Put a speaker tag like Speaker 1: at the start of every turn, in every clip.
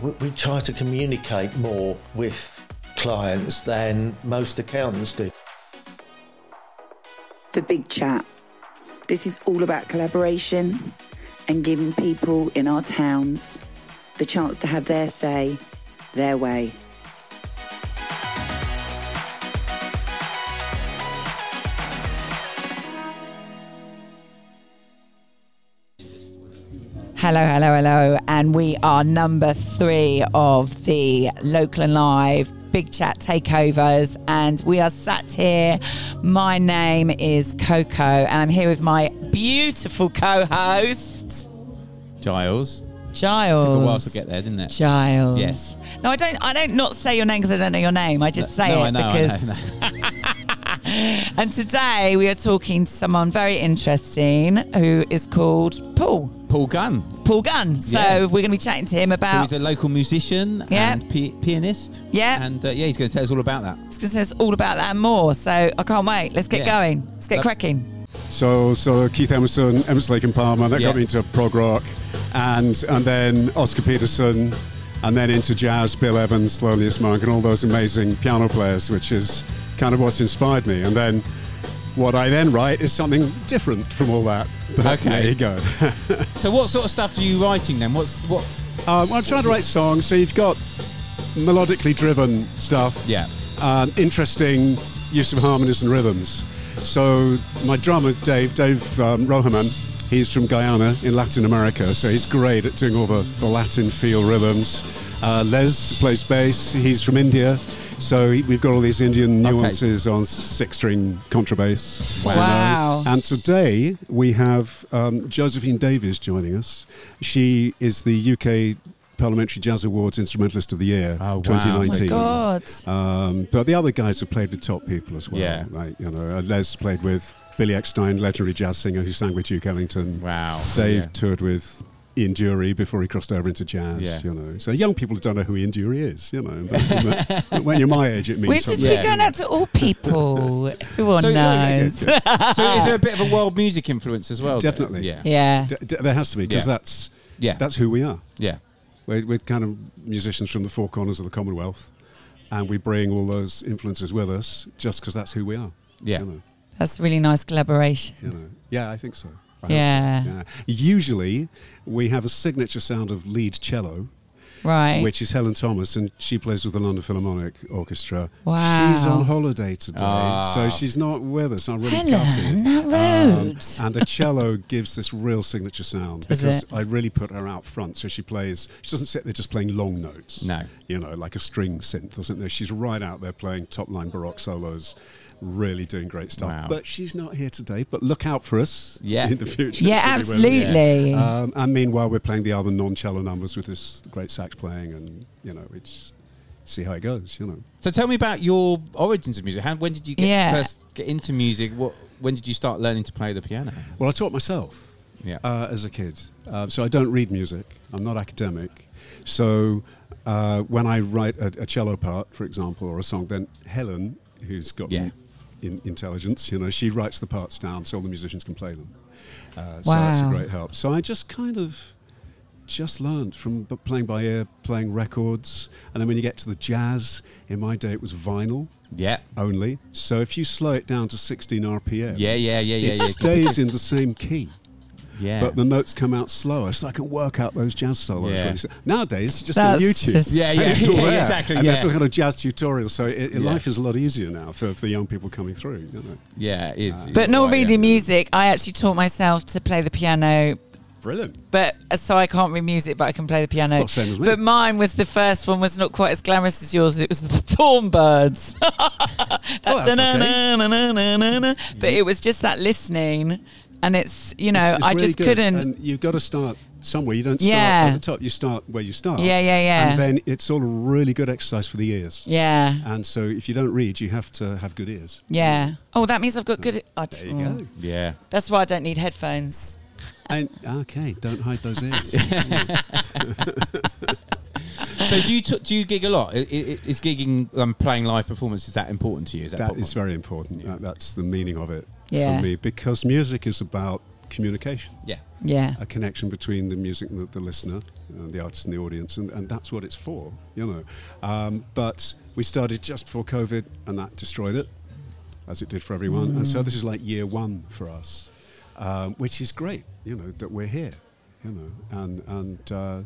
Speaker 1: we, we try to communicate more with clients than most accountants do.
Speaker 2: The Big Chat. This is all about collaboration and giving people in our towns the chance to have their say, their way.
Speaker 3: Hello, hello, hello. And we are number three of the Local and Live Big Chat Takeovers. And we are sat here. My name is Coco, and I'm here with my beautiful co host,
Speaker 4: Giles.
Speaker 3: Giles.
Speaker 4: Took a while to get there, didn't it?
Speaker 3: Giles.
Speaker 4: Yes.
Speaker 3: No, I don't. I don't not say your name because I don't know your name. I just say
Speaker 4: no,
Speaker 3: it
Speaker 4: I know, I
Speaker 3: because.
Speaker 4: know,
Speaker 3: and today we are talking to someone very interesting who is called Paul.
Speaker 4: Paul Gunn,
Speaker 3: Paul Gunn. So
Speaker 4: Yeah.
Speaker 3: we're going to be chatting to him about.
Speaker 4: who's a local musician
Speaker 3: Yeah.
Speaker 4: and pi- pianist.
Speaker 3: Yeah.
Speaker 4: And uh, yeah, he's going to tell us all about that.
Speaker 3: It's going to tell us all about that and more. So I can't wait. Let's get
Speaker 4: Yeah.
Speaker 3: going. Let's get
Speaker 4: That-
Speaker 3: cracking.
Speaker 5: So, so Keith Emerson, Emerson Lake and Palmer, that got
Speaker 4: Yeah.
Speaker 5: me into prog rock, and and then Oscar Peterson, and then into jazz, Bill Evans, Thelonious Monk, and all those amazing piano players, which is kind of what's inspired me. And then what I then write is something different from all that. But
Speaker 4: Okay.
Speaker 5: there you go.
Speaker 4: So, what sort of stuff are you writing then? What's what?
Speaker 5: um, I'm trying to write songs, so you've got melodically driven stuff.
Speaker 4: Yeah.
Speaker 5: um, interesting use of harmonies and rhythms. So my drummer Dave, Dave um, Rohaman, he's from Guyana in Latin America, so he's great at doing all the, the Latin feel rhythms. Uh, Les plays bass, he's from India, so he, we've got all these Indian
Speaker 4: Okay.
Speaker 5: nuances on six-string contrabass. you know.
Speaker 3: Wow.
Speaker 5: And today we have um, Josephine Davies joining us. She is the UK Parliamentary Jazz Awards Instrumentalist of the Year
Speaker 4: Oh, wow.
Speaker 5: 2019.
Speaker 3: God.
Speaker 5: Um, but the other guys have played with top people as well.
Speaker 4: Yeah.
Speaker 5: Like, you know, uh, Les played with Billy Eckstein, legendary jazz singer who sang with Duke Ellington.
Speaker 4: Wow.
Speaker 5: Dave
Speaker 4: Yeah.
Speaker 5: toured with Ian Dury before he crossed over into jazz,
Speaker 4: Yeah.
Speaker 5: you know. So young people don't know who Ian Dury is, you know. But, but when you're my age, it means
Speaker 3: We're just
Speaker 5: something.
Speaker 3: we're
Speaker 4: Yeah.
Speaker 3: going out to all people. Everyone
Speaker 4: So, yeah,
Speaker 3: knows.
Speaker 5: yeah,
Speaker 4: so, is there a bit of a world music influence as well? then?
Speaker 5: Definitely.
Speaker 4: Yeah.
Speaker 3: Yeah.
Speaker 5: D- d- there has to be, because
Speaker 4: Yeah.
Speaker 5: that's,
Speaker 4: Yeah.
Speaker 5: that's who we are.
Speaker 4: yeah.
Speaker 5: We're, we're kind of musicians from the four corners of the Commonwealth, and we bring all those influences with us just because that's who we are.
Speaker 4: Yeah.
Speaker 5: you know.
Speaker 3: That's a really nice collaboration.
Speaker 5: you know. Yeah, I think so. I hope
Speaker 3: Yeah.
Speaker 5: so. Usually, we have a signature sound of lead cello,
Speaker 3: Right.
Speaker 5: which is Helen Thomas, and she plays with the London Philharmonic Orchestra.
Speaker 3: Wow.
Speaker 5: She's on holiday today,
Speaker 4: Ah.
Speaker 5: so she's not with us. I'm really
Speaker 3: Helen,
Speaker 5: gutted.
Speaker 3: that
Speaker 4: Um,
Speaker 3: rude.
Speaker 5: And the cello gives this real signature sound
Speaker 3: Does
Speaker 5: because
Speaker 3: it?
Speaker 5: I really put her out front. So she plays, she doesn't sit there just playing long notes.
Speaker 4: No.
Speaker 5: You know, like a string synth or something. She's right out there playing top line Baroque solos, really doing great stuff.
Speaker 4: Wow.
Speaker 5: But she's not here today, but look out for us
Speaker 4: Yeah.
Speaker 5: in the future.
Speaker 3: yeah,
Speaker 5: She'll be with us.
Speaker 3: absolutely.
Speaker 5: Um, and meanwhile, we're playing the other non cello numbers with this great sax playing, and, you know, it's see how it goes, you know.
Speaker 4: So, tell me about your origins of music. How, when did you get
Speaker 3: Yeah.
Speaker 4: first get into music? What? When did you start learning to play the piano?
Speaker 5: Well, I taught myself.
Speaker 4: Yeah.
Speaker 5: uh, as a kid. Uh, so I don't read music. I'm not academic. So uh, when I write a, a cello part, for example, or a song, then Helen, who's got
Speaker 4: Yeah.
Speaker 5: in, intelligence, you know, she writes the parts down so all the musicians can play them. Uh, So that's a
Speaker 3: Wow.
Speaker 5: great help. So I just kind of just learned from b- playing by ear, playing records, and then when you get to the jazz, in my day it was vinyl
Speaker 4: yeah.
Speaker 5: only. So if you slow it down to 16 RPM,
Speaker 4: Yeah. Yeah. Yeah. Yeah.
Speaker 5: it
Speaker 4: yeah.
Speaker 5: stays in the same key
Speaker 4: yeah.
Speaker 5: but the notes come out slower, so I can work out those jazz solos.
Speaker 4: Yeah.
Speaker 5: really s- Nowadays, it's just on
Speaker 3: That's
Speaker 5: YouTube.
Speaker 3: just-
Speaker 4: yeah. Yeah.
Speaker 5: And it's all
Speaker 4: yeah,
Speaker 5: there.
Speaker 4: Exactly.
Speaker 5: And
Speaker 4: yeah.
Speaker 5: there's some kind of jazz tutorial, so it, it-
Speaker 4: Yeah.
Speaker 5: life is a lot easier now for, for the young people coming through. You know.
Speaker 4: yeah. It is.
Speaker 3: but
Speaker 4: Right,
Speaker 3: not
Speaker 4: yeah.
Speaker 3: reading music. I actually taught myself to play the piano
Speaker 5: Brilliant.
Speaker 3: but so I can't read music, but I can play the piano.
Speaker 5: Well, same as me.
Speaker 3: But mine was the first one was not quite as glamorous as yours. It was the Thornbirds. That
Speaker 5: that's okay.
Speaker 3: da-na-na-na-na-na-na. But it was just that listening and it's you know
Speaker 5: It's- it's
Speaker 3: I
Speaker 5: really
Speaker 3: just
Speaker 5: good.
Speaker 3: couldn't.
Speaker 5: And you've got to start somewhere. You don't start
Speaker 3: Yeah.
Speaker 5: at the top. You start where you start.
Speaker 3: Yeah, yeah, yeah.
Speaker 5: And then it's all really good exercise for the ears.
Speaker 3: yeah,
Speaker 5: And so if you don't read, you have to have good ears.
Speaker 3: yeah. Oh, that means I've got good. I Mm.
Speaker 5: There you go.
Speaker 4: Yeah.
Speaker 3: That's why I don't need headphones.
Speaker 5: And okay, don't hide those ears.
Speaker 4: So do you t- do you gig a lot? I- I- Is gigging um, playing live performance is that important to you? Is that,
Speaker 5: that
Speaker 4: pop-
Speaker 5: is very important. That, that's the meaning of it
Speaker 3: Yeah.
Speaker 5: for me because music is about communication,
Speaker 4: yeah.
Speaker 3: Yeah,
Speaker 5: a connection between the music and the, the listener, uh, the artist and the audience, and, and that's what it's for, you know. Um, but we started just before COVID, and that destroyed it, as it did for everyone. And so this is like year one for us, um, which is great, you know, that we're here, you know, and and. Uh,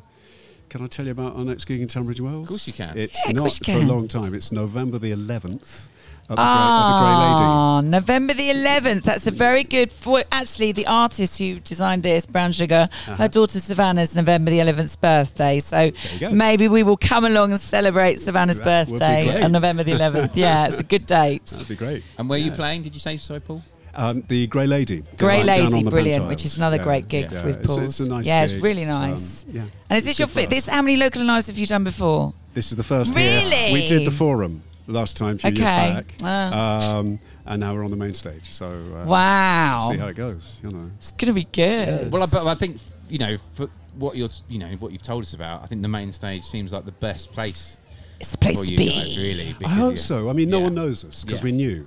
Speaker 5: can I tell you about our next gig in Tunbridge Wells? Of
Speaker 4: course you can.
Speaker 5: It's
Speaker 3: Yeah, of
Speaker 5: not
Speaker 3: course you
Speaker 5: for
Speaker 3: can.
Speaker 5: a long time. It's November the 11th at the, Grey- at the Grey Lady.
Speaker 3: Ah, November the 11th. That's a very good. For, actually, the artist who designed this, Brown Sugar,
Speaker 5: Uh-huh.
Speaker 3: her daughter Savannah's November the 11th birthday. So
Speaker 5: go.
Speaker 3: maybe we will come along and celebrate Savannah's
Speaker 5: That would be
Speaker 3: birthday
Speaker 5: great.
Speaker 3: on November the 11th. yeah, it's a good date.
Speaker 5: That'd be great.
Speaker 4: And where are you playing? Did you say sorry, Paul?
Speaker 5: Um, the Grey Lady.
Speaker 3: Grey
Speaker 5: Down on
Speaker 3: Lady,
Speaker 5: the
Speaker 3: brilliant,
Speaker 5: Pantiles.
Speaker 3: which is another
Speaker 5: Yeah,
Speaker 3: great gig
Speaker 5: yeah,
Speaker 3: with
Speaker 5: it's-
Speaker 3: Paul.
Speaker 5: It's, a nice
Speaker 3: yeah, it's
Speaker 5: gig.
Speaker 3: really
Speaker 5: um,
Speaker 3: nice.
Speaker 5: yeah.
Speaker 3: And is this
Speaker 5: It's
Speaker 3: your
Speaker 5: good for
Speaker 3: fi- this?
Speaker 5: us.
Speaker 3: How many local lives have you done before?
Speaker 5: This is the first
Speaker 3: Really?
Speaker 5: here. We did the forum last time, a few
Speaker 3: Okay. Ah.
Speaker 5: years back. Um, and now we're on the main stage. So uh,
Speaker 3: Wow,
Speaker 5: see how it goes, you know.
Speaker 3: it's gonna be good.
Speaker 4: Well, I, but I think you know for what you're you know what you've told us about. I think the main stage seems like the best place
Speaker 3: it's the place
Speaker 4: for
Speaker 3: to
Speaker 4: you
Speaker 3: be.
Speaker 4: guys, really.
Speaker 5: I
Speaker 4: because
Speaker 5: hope
Speaker 4: you-
Speaker 5: so. I mean, no
Speaker 4: yeah.
Speaker 5: one knows us because
Speaker 4: Yeah.
Speaker 5: we're new,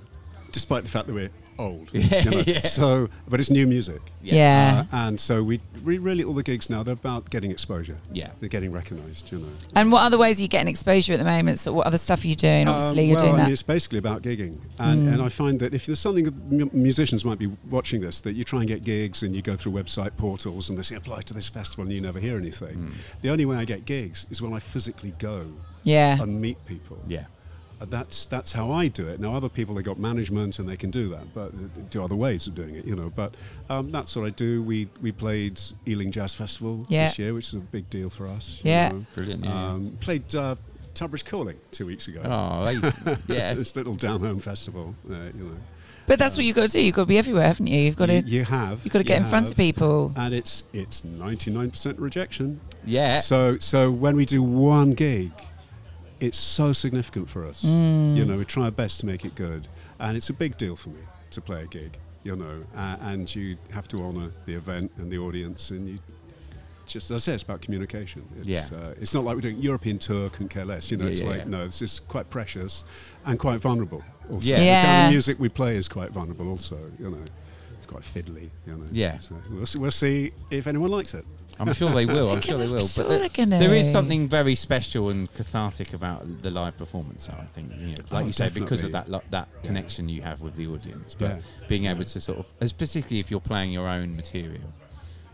Speaker 5: despite the fact that we're old.
Speaker 4: Yeah,
Speaker 5: you know.
Speaker 4: yeah.
Speaker 5: So, but it's new music.
Speaker 3: Yeah.
Speaker 5: Uh, and so we, we really all the gigs now they're about getting exposure.
Speaker 4: Yeah.
Speaker 5: they're getting recognised. You know.
Speaker 3: and what other ways are you getting exposure at the moment? So, what other stuff are you doing? Obviously,
Speaker 5: Um,
Speaker 3: you're
Speaker 5: well,
Speaker 3: doing
Speaker 5: I
Speaker 3: that. Mm.
Speaker 5: mean, it's basically about gigging, and, and I find that if there's something that mu- musicians might be watching this, that you try and get gigs and you go through website portals and they say apply to this festival and you never hear anything.
Speaker 4: Mm.
Speaker 5: The only way I get gigs is when I physically go
Speaker 3: yeah.
Speaker 5: and meet people.
Speaker 4: Yeah.
Speaker 5: Uh, That's that's how I do it. Now other people they got management and they can do that, but they do other ways of doing it, you know. But um, that's what I do. We we played Ealing Jazz Festival
Speaker 3: Yeah.
Speaker 5: this year, which is a big deal for us. you
Speaker 3: Yeah.
Speaker 5: know.
Speaker 4: Brilliant, yeah.
Speaker 5: Um, played uh, Tunbridge Calling two weeks ago
Speaker 4: Oh, they- yeah.
Speaker 5: this little down home festival. Uh, you know,
Speaker 3: But that's what you've got to do. You've got to be everywhere, haven't you? You've got to
Speaker 5: you, you have.
Speaker 3: you've got to get
Speaker 5: you
Speaker 3: in front
Speaker 5: have,
Speaker 3: of people.
Speaker 5: and it's it's ninety nine percent rejection.
Speaker 4: Yeah.
Speaker 5: So so when we do one gig, it's so significant for us.
Speaker 4: Mm.
Speaker 5: You know, we try our best to make it good, and it's a big deal for me to play a gig. You know, uh, and you have to honour the event and the audience, and you. Just as I say, it's about communication. It's,
Speaker 4: Yeah.
Speaker 5: uh, it's not like we're doing European tour, can care less. You know,
Speaker 4: Yeah,
Speaker 5: it's
Speaker 4: yeah,
Speaker 5: like
Speaker 4: yeah.
Speaker 5: no, this is quite precious and quite vulnerable. Also.
Speaker 4: Yeah.
Speaker 5: The kind
Speaker 3: Yeah.
Speaker 5: of music we play is quite vulnerable, also. You know, it's quite fiddly. You know.
Speaker 4: Yeah.
Speaker 5: So we'll, see, we'll see if anyone likes it.
Speaker 4: I'm sure they will. I'm
Speaker 3: They're
Speaker 4: sure they
Speaker 3: gonna-
Speaker 4: will.
Speaker 3: sure
Speaker 4: there-
Speaker 3: they're gonna.
Speaker 4: there is something very special and cathartic about the live performance. I think, you know, like
Speaker 5: Oh,
Speaker 4: you say, because of
Speaker 5: definitely.
Speaker 4: that lo- that connection you have with the audience, but
Speaker 5: Yeah.
Speaker 4: being able to sort of, as particularly if you're playing your own material,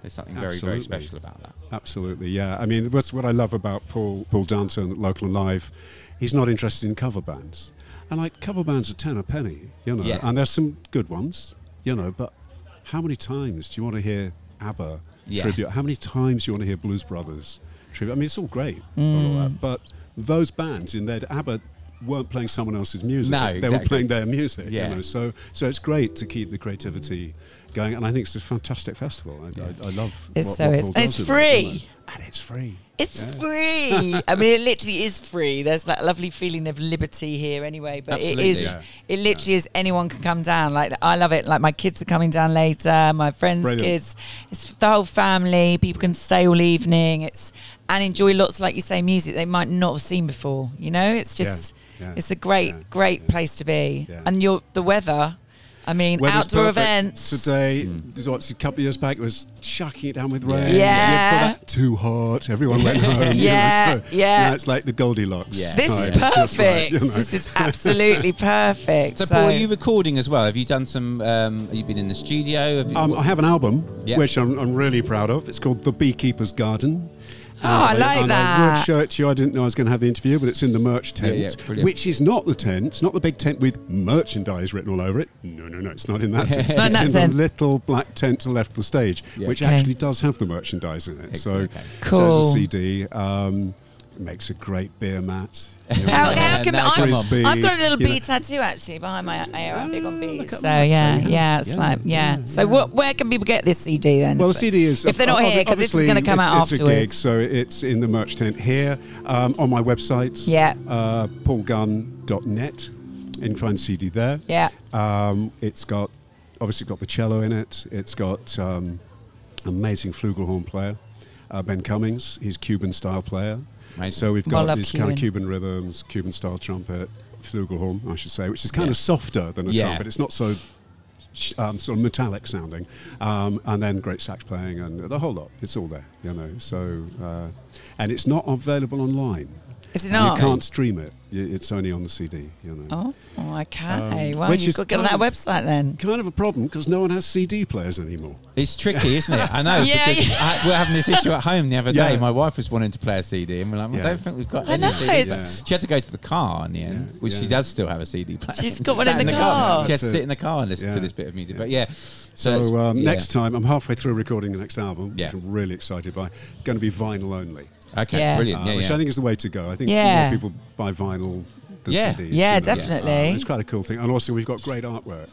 Speaker 4: there's something very very
Speaker 5: Absolutely.
Speaker 4: special about that.
Speaker 5: Absolutely. Yeah. I mean, that's what I love about Paul Paul Danton at Local and Live. He's not interested in cover bands, and like cover bands are ten a penny. You know,
Speaker 4: Yeah.
Speaker 5: and there's some good ones. You know, but how many times do you want to hear ABBA
Speaker 4: Yeah.
Speaker 5: tribute? How many times do you want to hear Blues Brothers tribute? I mean, it's all great, and
Speaker 4: Mm.
Speaker 5: all that, but those bands in their ABBA weren't playing someone else's music.
Speaker 4: No,
Speaker 5: they were
Speaker 4: exactly.
Speaker 5: playing their music.
Speaker 4: Yeah.
Speaker 5: You know, so so it's great to keep the creativity going, and I think it's a fantastic festival. I, I, I love.
Speaker 3: It's
Speaker 5: what-
Speaker 3: so
Speaker 5: what
Speaker 3: it's-
Speaker 5: Paul
Speaker 3: and it's
Speaker 5: does with it,
Speaker 3: free.
Speaker 5: you know. and it's free.
Speaker 3: It's free. I mean, it literally is free. There's that lovely feeling of liberty here, anyway. But
Speaker 4: Absolutely.
Speaker 3: it is.
Speaker 4: Yeah.
Speaker 3: It literally is. Anyone can come down. Like I love it. Like my kids are coming down later. My friends'
Speaker 5: Brilliant.
Speaker 3: kids. It's the whole family. People can stay all evening. It's and enjoy lots, like you say, music they might not have seen before. You know, it's just.
Speaker 5: yeah,
Speaker 3: It's a great,
Speaker 5: yeah,
Speaker 3: great place to be.
Speaker 5: Yeah.
Speaker 3: And your the weather. I mean,
Speaker 5: Weather's
Speaker 3: outdoor
Speaker 5: perfect.
Speaker 3: events.
Speaker 5: today. there's What's a couple of years back it was chucking it down with
Speaker 3: Yeah.
Speaker 5: rain. The year before that, too hot. Everyone went home. you know,
Speaker 3: Yeah,
Speaker 5: so
Speaker 3: yeah.
Speaker 5: Now it's like the Goldilocks.
Speaker 4: Yeah.
Speaker 3: This
Speaker 5: time.
Speaker 3: is
Speaker 5: It's just
Speaker 3: perfect.
Speaker 5: right, you know.
Speaker 3: This is absolutely perfect.
Speaker 4: So, Paul, are you recording as well? Have you done some? Um, have you been in the studio? Have you,
Speaker 5: Um, I have an album
Speaker 4: Yeah.
Speaker 5: which I'm, I'm really proud of. It's called The Beekeeper's Garden.
Speaker 3: Oh,
Speaker 5: Uh,
Speaker 3: I like
Speaker 5: and I
Speaker 3: that.
Speaker 5: would show it to you. I didn't know I was going to have the interview, but it's in the merch
Speaker 4: Yeah,
Speaker 5: tent,
Speaker 4: yeah, brilliant.
Speaker 5: which is not the tent. It's not the big tent with merchandise written all over it. No, no, no. It's not in that tent.
Speaker 3: not in that tent.
Speaker 5: the little black tent to the left of the stage,
Speaker 4: Yeah.
Speaker 5: which
Speaker 3: Okay.
Speaker 5: actually does have the merchandise in it.
Speaker 4: Excellent,
Speaker 5: So,
Speaker 4: okay.
Speaker 5: so
Speaker 3: Cool.
Speaker 5: it's a CD. Um, makes a great beer mat.
Speaker 3: How, how can
Speaker 4: now
Speaker 3: I'm,
Speaker 4: come
Speaker 5: on.
Speaker 3: I've got a little
Speaker 5: You
Speaker 3: bee tattoo actually behind my ear. I'm big on bees. So
Speaker 5: Ah, at that,
Speaker 3: yeah,
Speaker 5: so, yeah.
Speaker 3: yeah, it's
Speaker 5: Yeah,
Speaker 3: like yeah.
Speaker 5: yeah,
Speaker 3: So what? Where can people get this CD then?
Speaker 5: Well,
Speaker 3: If-
Speaker 5: the CD is
Speaker 3: if they're not
Speaker 5: ob-
Speaker 3: here because this is
Speaker 5: obviously
Speaker 3: going to come out
Speaker 5: it's, It's a gig,
Speaker 3: afterwards.
Speaker 5: so it's in the merch tent here um, on my website.
Speaker 3: Yeah.
Speaker 5: Uh, paulgunn.net. You can find CD there.
Speaker 3: Yeah.
Speaker 5: Um, it's got obviously got the cello in it. It's got um, amazing flugelhorn player, uh, Ben Cummings. He's Cuban style player.
Speaker 4: Amazing.
Speaker 5: So we've
Speaker 3: I
Speaker 5: got
Speaker 3: love
Speaker 5: these kind of Cuban rhythms, Cuban style trumpet, flugelhorn, I should say, which is kind
Speaker 4: Yeah.
Speaker 5: of softer than a
Speaker 4: Yeah.
Speaker 5: trumpet. It's not so sh- um, sort of metallic sounding, um, and then great sax playing and the whole lot. It's all there, you know. So uh, and it's not available online.
Speaker 3: Is it
Speaker 5: You
Speaker 3: not?
Speaker 5: can't stream it. Y- It's only on the CD, you know.
Speaker 3: Oh, okay.
Speaker 5: Um,
Speaker 3: well,
Speaker 5: which
Speaker 3: you've
Speaker 5: is
Speaker 3: got to get on that
Speaker 5: kind of-
Speaker 3: website then.
Speaker 5: Kind of a problem because no one has CD players anymore.
Speaker 4: It's tricky, isn't it? I know.
Speaker 3: Yeah,
Speaker 4: because
Speaker 3: yeah.
Speaker 4: I, we we're having this issue at home the other day.
Speaker 5: Yeah.
Speaker 4: My wife was wanting to play a CD, and we're like, well, I
Speaker 5: Yeah.
Speaker 4: don't think we've got
Speaker 3: I
Speaker 4: any
Speaker 3: know,
Speaker 4: CDs.
Speaker 3: it's-
Speaker 4: She had to go to the car in the end,
Speaker 5: Yeah,
Speaker 4: which she
Speaker 5: yeah.
Speaker 4: does still have a CD player.
Speaker 3: She's
Speaker 4: She
Speaker 3: got one
Speaker 4: sat
Speaker 3: in the car.
Speaker 4: She had to
Speaker 5: That's
Speaker 4: sit
Speaker 5: it.
Speaker 4: in the car and listen to
Speaker 5: Yeah.
Speaker 4: this bit of music.
Speaker 5: Yeah.
Speaker 4: But yeah, so,
Speaker 5: So
Speaker 4: it's-
Speaker 5: um,
Speaker 4: yeah.
Speaker 5: next time, I'm halfway through recording the next album,
Speaker 4: Yeah.
Speaker 5: which I'm really excited by. Going to be vinyl only,
Speaker 4: Okay,
Speaker 3: Yeah.
Speaker 5: uh,
Speaker 4: brilliant. Yeah,
Speaker 5: which
Speaker 4: yeah.
Speaker 5: I think is the way to go. I think
Speaker 3: Yeah.
Speaker 5: more people buy vinyl than
Speaker 4: Yeah.
Speaker 5: CDs.
Speaker 3: Yeah,
Speaker 5: you know.
Speaker 3: definitely.
Speaker 5: Uh, it's quite a cool thing. And also, we've got great artwork.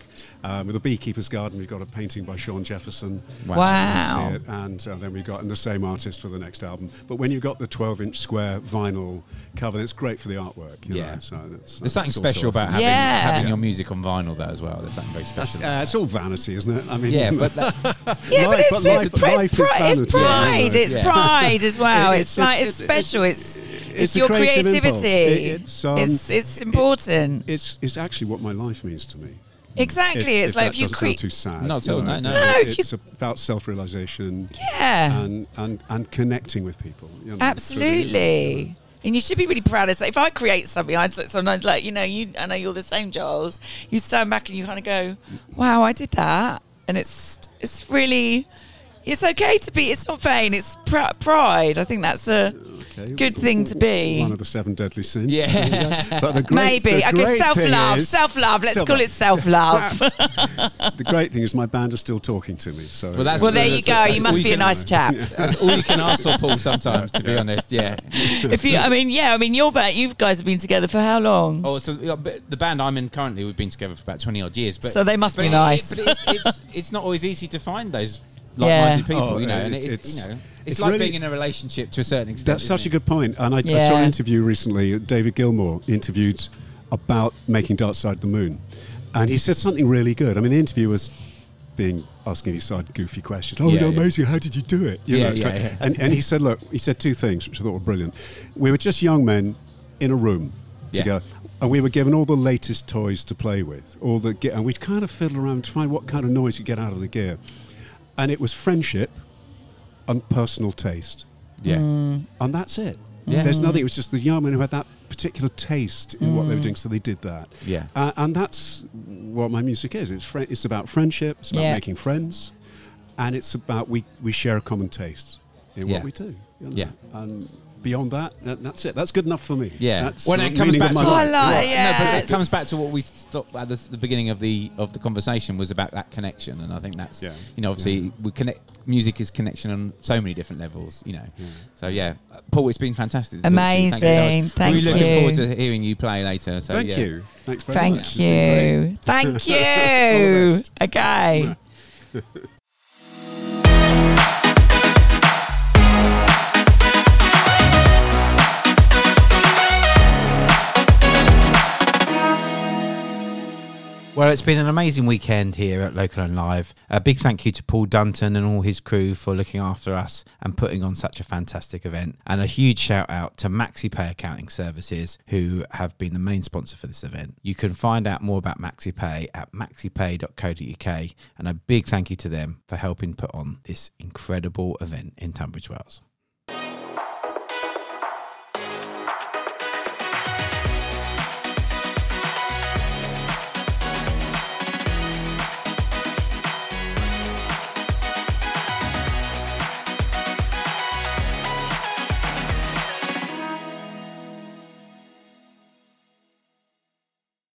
Speaker 5: Um, with the Beekeeper's Garden, we've got a painting by Sean Jefferson.
Speaker 4: Wow.
Speaker 3: Wow.
Speaker 5: You see it. And uh, then we've got and the same artist for the next album. But when you've got the 12 inch square vinyl cover, it's great for the artwork. You
Speaker 4: Yeah.
Speaker 5: Know? So it's, uh,
Speaker 4: There's something
Speaker 5: it's all
Speaker 4: special
Speaker 5: sorts of
Speaker 4: about having,
Speaker 3: Yeah.
Speaker 4: having your music on vinyl, though, as well. There's something very
Speaker 5: That's,
Speaker 4: special.
Speaker 5: uh, it's all vanity, isn't it? I mean,
Speaker 4: yeah, but that,
Speaker 3: Yeah,
Speaker 5: Life-
Speaker 3: but
Speaker 5: but
Speaker 3: it's,
Speaker 5: life-
Speaker 3: it's, pri-
Speaker 5: life
Speaker 3: it's,
Speaker 5: is
Speaker 3: pri- it's
Speaker 5: vanity.
Speaker 3: pride.
Speaker 5: Yeah.
Speaker 3: It's
Speaker 4: Yeah.
Speaker 3: pride as well.
Speaker 5: It-
Speaker 3: It's, like
Speaker 5: it-
Speaker 3: it's
Speaker 5: it-
Speaker 3: special. it's, it's
Speaker 5: a
Speaker 3: your
Speaker 5: creative impulse.
Speaker 3: creativity.
Speaker 5: It- it's, um,
Speaker 3: it's it's important.
Speaker 5: it's, it's actually what my life means to me.
Speaker 3: exactly. it's
Speaker 5: If- if
Speaker 3: like
Speaker 5: that
Speaker 3: if you
Speaker 5: doesn't
Speaker 3: create.
Speaker 5: sound too sad.
Speaker 4: Not at all, no, no.
Speaker 3: No, if
Speaker 5: It's about self-realization
Speaker 3: Yeah.
Speaker 5: and, and and connecting with people. you know, through the music,
Speaker 3: Absolutely. And you should be really proud of. If I create something, I sometimes like you know you. I know you're the same, Giles. You stand back and you kind of go, "Wow, I did that," and it's it's really. It's okay to be. It's not vain. It's pr- pride. I think that's a
Speaker 5: you know. Okay.
Speaker 3: good thing to be.
Speaker 5: One of the seven deadly sins.
Speaker 4: Yeah.
Speaker 5: There you go. But the great,
Speaker 3: Maybe.
Speaker 5: the
Speaker 3: Okay,
Speaker 5: great
Speaker 3: self love.
Speaker 5: thing is-
Speaker 3: Self love. Let's call it self love.
Speaker 5: The great thing is my band are still talking to me. So
Speaker 4: Well, that's-
Speaker 3: well, there you
Speaker 4: That's-
Speaker 3: go.
Speaker 4: that's
Speaker 3: You
Speaker 4: all
Speaker 3: must
Speaker 4: you
Speaker 3: be a
Speaker 4: can
Speaker 3: nice
Speaker 4: do.
Speaker 3: chap.
Speaker 4: that's all you can ask for, Paul, sometimes, to be honest. Yeah.
Speaker 3: If you, I mean, yeah, I mean, you're back. You guys have been together for how long?
Speaker 4: Oh, so yeah, but the band I'm in currently, we've been together for about twenty odd years. But
Speaker 3: So they must
Speaker 4: but
Speaker 3: be
Speaker 4: it-
Speaker 3: nice.
Speaker 4: It, but it's, it's, it's not always easy to find those like-minded people,
Speaker 5: Oh,
Speaker 4: you know. And
Speaker 5: it-
Speaker 4: it's,
Speaker 5: it's-
Speaker 4: you know, it's,
Speaker 5: it's
Speaker 4: like
Speaker 5: really-
Speaker 4: being in a relationship to a certain extent.
Speaker 5: That's
Speaker 4: isn't
Speaker 5: such a
Speaker 4: it?
Speaker 5: good point. And I, I saw
Speaker 3: Yeah.
Speaker 5: an interview recently. David Gilmour interviewed about making Dark Side of the Moon, and he said something really good. I mean, the interview was being asking these side goofy questions. Oh,
Speaker 4: Yeah,
Speaker 5: yeah,
Speaker 4: yeah.
Speaker 5: amazing! How did you do it? You
Speaker 4: Yeah,
Speaker 5: it's
Speaker 4: yeah,
Speaker 5: like-
Speaker 4: yeah.
Speaker 5: And and he said, look, he said two things which I thought were brilliant. We were just young men in a room
Speaker 4: Yeah.
Speaker 5: together. And we were given all the latest toys to play with, all the ge- and we'd kind of fiddle around to find what kind of noise you get out of the gear, and it was friendship and personal taste
Speaker 4: Yeah.
Speaker 3: Mm.
Speaker 5: and that's it.
Speaker 4: Yeah. Mm.
Speaker 5: There's nothing. It was just the young men who had that particular taste in what they were doing, so they did that.
Speaker 4: Yeah.
Speaker 5: Uh, and that's what my music is. It's fri it's about friendship. It's about
Speaker 3: Yeah.
Speaker 5: making friends, and it's about we we share a common taste in
Speaker 4: Yeah.
Speaker 5: what we do. you know.
Speaker 4: Yeah.
Speaker 5: And beyond that, that, that's it. That's good enough for me.
Speaker 4: Yeah.
Speaker 5: That's
Speaker 4: Well,
Speaker 5: the
Speaker 4: it comes
Speaker 5: meaning of
Speaker 4: back
Speaker 5: my
Speaker 4: to-
Speaker 3: Oh, I
Speaker 5: life.
Speaker 3: like,
Speaker 4: No, but
Speaker 3: yeah.
Speaker 4: it comes back to what we stopped at the, the beginning of the of the conversation was about that connection, and I think that's
Speaker 5: Yeah.
Speaker 4: you know obviously we connect. Music is connection on so many different levels, you know. So yeah, Uh, Paul, it's been fantastic. to talk to you. Thank you so much.
Speaker 3: Amazing. Thank
Speaker 4: We're looking
Speaker 3: you.
Speaker 4: forward to hearing you play later. So
Speaker 5: Thank
Speaker 4: yeah.
Speaker 5: you. Thanks very much.
Speaker 3: Thank
Speaker 5: It's been great.
Speaker 3: you. Thank
Speaker 5: All the
Speaker 3: you.
Speaker 5: best.
Speaker 3: Okay.
Speaker 6: Well, it's been an amazing weekend here at Local and Live. A big thank you to Paul Dunton and all his crew for looking after us and putting on such a fantastic event. And a huge shout out to MaxiPay Accounting Services, who have been the main sponsor for this event. You can find out more about MaxiPay at maxipay.co.uk. And a big thank you to them for helping put on this incredible event in Tunbridge Wells.